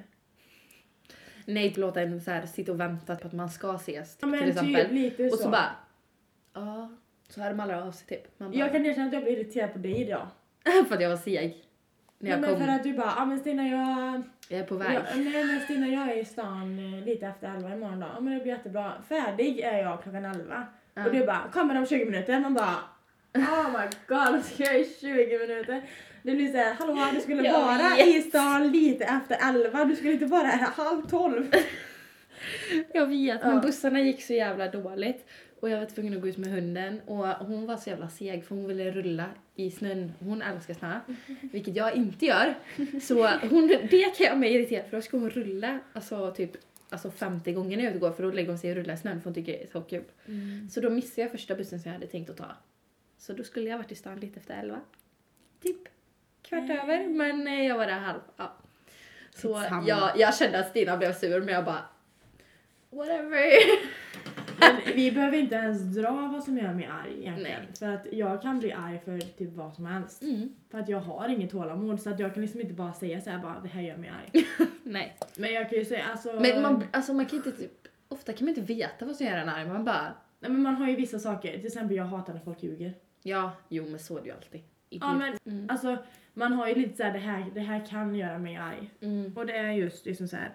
Speaker 1: Nej, inte låta en så här sitta och vänta på att man ska ses
Speaker 2: Ja, men
Speaker 1: till exempel.
Speaker 2: Typ, lite
Speaker 1: och så bara... Ja, så hörde de aldrig av sig typ. Man bara,
Speaker 2: Jag kan erkänna att jag blir irriterad på dig idag.
Speaker 1: för att jag var seg. När jag
Speaker 2: nej, men
Speaker 1: kom.
Speaker 2: för att du bara, ah, men Stina jag...
Speaker 1: Jag är på väg.
Speaker 2: jag nej men Stina jag är i stan eh, lite efter elva imorgon då. Ja men det blir jättebra. Färdig är jag klockan elva.
Speaker 1: Ja.
Speaker 2: Och du bara, kommer om 20 minuter. Man bara, oh my god ska jag i 20 minuter? Det blir såhär, hallå du skulle
Speaker 1: Ja,
Speaker 2: vara i
Speaker 1: yes.
Speaker 2: stan lite efter elva. Du skulle inte vara här halv tolv.
Speaker 1: Jag vet, men
Speaker 2: Ja.
Speaker 1: bussarna gick så jävla dåligt. Och jag var tvungen att gå ut med hunden och hon var så jävla seg för hon ville rulla i snön. Hon älskar snö, vilket jag inte gör. Så hon, det kan jag mig irritera för då ska hon rulla alltså typ alltså 50 gånger när jag är ute och går för då lägger hon sig och rullar i snön för hon tycker det är så kul. Så då missade jag första bussen som jag hade tänkt att ta. Så då skulle jag varit i stan lite efter elva. Typ kvart
Speaker 2: Nej.
Speaker 1: över, men eh, jag var där halv. Ja. Så
Speaker 2: Skitsamma.
Speaker 1: jag, jag kände att Stina blev sur men jag bara Whatever.
Speaker 2: Men vi behöver inte ens dra vad som gör mig arg egentligen.
Speaker 1: Nej.
Speaker 2: För att jag kan bli arg för typ vad som helst.
Speaker 1: Mm.
Speaker 2: För att jag har inget tålamod så att jag kan liksom inte bara säga så här bara det här gör mig arg.
Speaker 1: Nej.
Speaker 2: Men jag kan ju säga alltså.
Speaker 1: Men man, alltså man kan inte typ, ofta kan man inte veta vad som gör en arg. Man bara,
Speaker 2: Nej, men man har ju vissa saker. Till exempel jag hatar när folk ljuger.
Speaker 1: ja, jo men så är det ju alltid.
Speaker 2: Ja men
Speaker 1: Mm.
Speaker 2: alltså man har ju lite så här det här, det här kan göra mig arg.
Speaker 1: Mm.
Speaker 2: Och det är just liksom så här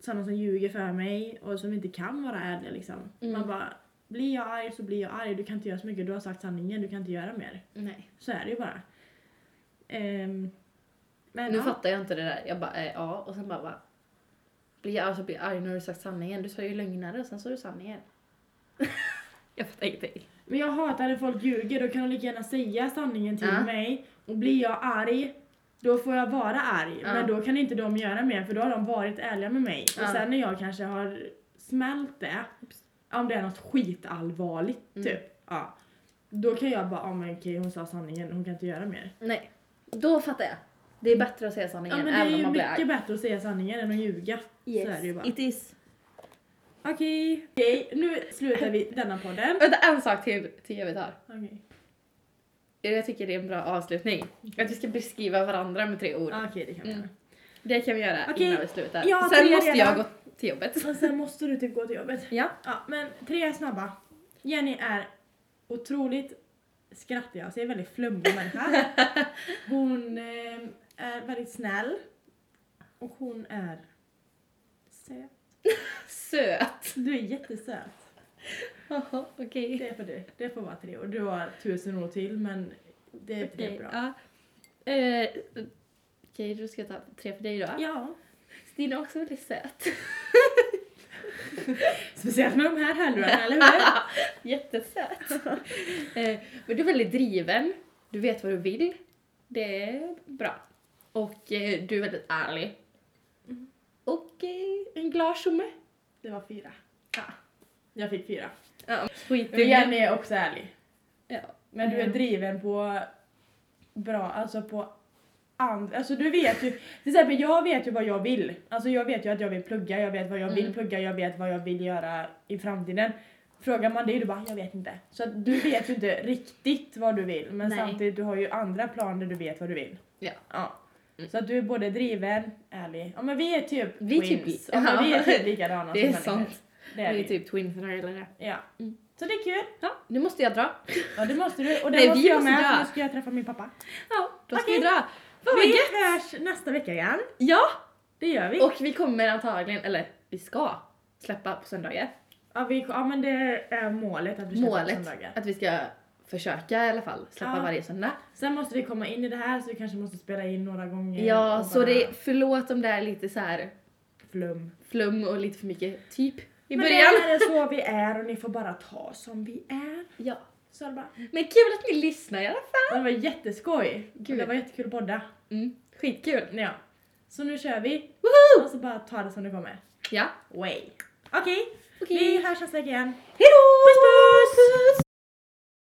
Speaker 2: sådana som ljuger för mig och som inte kan vara ärliga liksom.
Speaker 1: Mm.
Speaker 2: Man bara blir jag arg så blir jag arg. Du kan inte göra så mycket. Du har sagt sanningen. Du kan inte göra mer.
Speaker 1: Nej.
Speaker 2: Så är det ju bara. Ehm, men
Speaker 1: Nu
Speaker 2: ja.
Speaker 1: fattar jag inte det där. Jag bara, eh, ja. Och sen bara, va? Blir jag alltså blir arg när du sagt sanningen? Du sa ju lögnare och sen sa du sanningen. jag fattar ingenting.
Speaker 2: Men jag hatar när folk ljuger, då kan de lika gärna säga sanningen till
Speaker 1: Ja.
Speaker 2: mig. Och blir jag arg, då får jag vara arg.
Speaker 1: Ja.
Speaker 2: Men då kan inte de göra mer, för då har de varit ärliga med mig.
Speaker 1: Ja.
Speaker 2: Och sen när jag kanske har smält det, om det är något skitallvarligt
Speaker 1: Mm.
Speaker 2: typ. Ja. Då kan jag bara, ja men okej hon sa sanningen, hon kan inte göra mer.
Speaker 1: Nej. Då fattar jag. Det är bättre att säga
Speaker 2: Mm. Ja
Speaker 1: sanningen
Speaker 2: men det
Speaker 1: även
Speaker 2: är
Speaker 1: om
Speaker 2: ju
Speaker 1: man blir
Speaker 2: mycket
Speaker 1: arg.
Speaker 2: bättre att säga sanningen än att ljuga. Så är det ju bara.
Speaker 1: it is.
Speaker 2: Okej, okej, nu slutar vi denna podden.
Speaker 1: Vänta, en sak till, till jag vill ta.
Speaker 2: Okej,
Speaker 1: Jag tycker det är en bra avslutning. Att vi ska beskriva varandra med tre ord.
Speaker 2: Mm. Ja, okej det kan vi
Speaker 1: Mm.
Speaker 2: göra.
Speaker 1: Det kan vi göra
Speaker 2: Okej.
Speaker 1: innan vi slutar.
Speaker 2: Ja,
Speaker 1: Sen
Speaker 2: tre
Speaker 1: måste jag
Speaker 2: redan.
Speaker 1: gå till jobbet.
Speaker 2: Och sen måste du typ gå till jobbet.
Speaker 1: Ja.
Speaker 2: Ja, men tre snabba. Jenny är otroligt skrattig, alltså är väldigt flummig människa. Hon eh, är väldigt snäll. Och hon är söt.
Speaker 1: Söt.
Speaker 2: Du är jättesöt.
Speaker 1: Okej.
Speaker 2: Det är för dig. Det får vara tre år. Du har tusen år till men det är tre
Speaker 1: Okej,
Speaker 2: bra.
Speaker 1: ja. Eh, Okej, då ska jag ta tre för dig då.
Speaker 2: Ja.
Speaker 1: Stina är också väldigt söt.
Speaker 2: Speciellt med de här hörlurarna, eller hur?
Speaker 1: Jättesöt. eh, men du är väldigt driven. Du vet vad du vill. Det är bra. Och eh, du är väldigt ärlig. Mm. Och eh, en glad tjomme.
Speaker 2: Det var fyra.
Speaker 1: Ja.
Speaker 2: Jag fick fyra.
Speaker 1: Ja, skit i
Speaker 2: Men
Speaker 1: det.
Speaker 2: Jenny är också ärlig.
Speaker 1: Ja.
Speaker 2: Men du är
Speaker 1: Mm.
Speaker 2: driven på bra, alltså på and, alltså du vet ju, till exempel jag vet ju vad jag vill. Alltså jag vet ju att jag vill plugga, jag vet vad jag vill
Speaker 1: Mm.
Speaker 2: plugga, jag vet vad jag vill göra i framtiden. Frågar man dig, du bara jag vet inte. Så att du vet ju inte riktigt vad du vill men
Speaker 1: Nej.
Speaker 2: samtidigt du har ju andra planer där du vet vad du vill.
Speaker 1: Ja. Mm.
Speaker 2: Så att du är både driven, ärlig. Ja men vi är typ
Speaker 1: Vi är typ
Speaker 2: twins.
Speaker 1: li-
Speaker 2: ja, men vi är
Speaker 1: Ja.
Speaker 2: typ likadana
Speaker 1: Det
Speaker 2: som
Speaker 1: är
Speaker 2: människor.
Speaker 1: sant.
Speaker 2: Det
Speaker 1: Vi
Speaker 2: är
Speaker 1: är
Speaker 2: vi.
Speaker 1: typ twins när det gäller det.
Speaker 2: Ja.
Speaker 1: Mm.
Speaker 2: Så det är kul.
Speaker 1: Ja, nu måste jag dra.
Speaker 2: Ja det måste du. Och det
Speaker 1: Nej,
Speaker 2: måste
Speaker 1: vi
Speaker 2: jag
Speaker 1: måste
Speaker 2: med
Speaker 1: dra.
Speaker 2: för nu ska jag träffa min pappa.
Speaker 1: Ja, då ska
Speaker 2: Okej.
Speaker 1: vi dra. Vad var
Speaker 2: vi
Speaker 1: gött.
Speaker 2: hörs nästa vecka igen.
Speaker 1: Ja!
Speaker 2: Det gör vi.
Speaker 1: Och vi kommer antagligen, eller vi ska, släppa på söndagar.
Speaker 2: Ja, vi, ja men det är målet att vi ska ta
Speaker 1: Målet,
Speaker 2: söndagar.
Speaker 1: att vi ska försöka i alla fall släppa
Speaker 2: Ja.
Speaker 1: varje söndag.
Speaker 2: Sen måste vi komma in i det här så vi kanske måste spela in några gånger.
Speaker 1: Ja,
Speaker 2: och
Speaker 1: så
Speaker 2: bara
Speaker 1: det, förlåt om det är lite så här
Speaker 2: Flum.
Speaker 1: flum och lite för mycket typ i
Speaker 2: men
Speaker 1: början.
Speaker 2: det här är så vi är och ni får bara ta som vi är.
Speaker 1: Ja.
Speaker 2: Så är det bara.
Speaker 1: Men kul att ni lyssnar i alla fall.
Speaker 2: Det var jätteskoj.
Speaker 1: Gud.
Speaker 2: Det var jättekul att podda.
Speaker 1: Mm, skitkul.
Speaker 2: Ja. Så nu kör vi.
Speaker 1: Woho!
Speaker 2: Och så bara ta det som det kommer.
Speaker 1: Ja,
Speaker 2: Way. Okej,
Speaker 1: okej.
Speaker 2: vi hörs nästa vecka igen.
Speaker 1: Hejdå! Puss puss!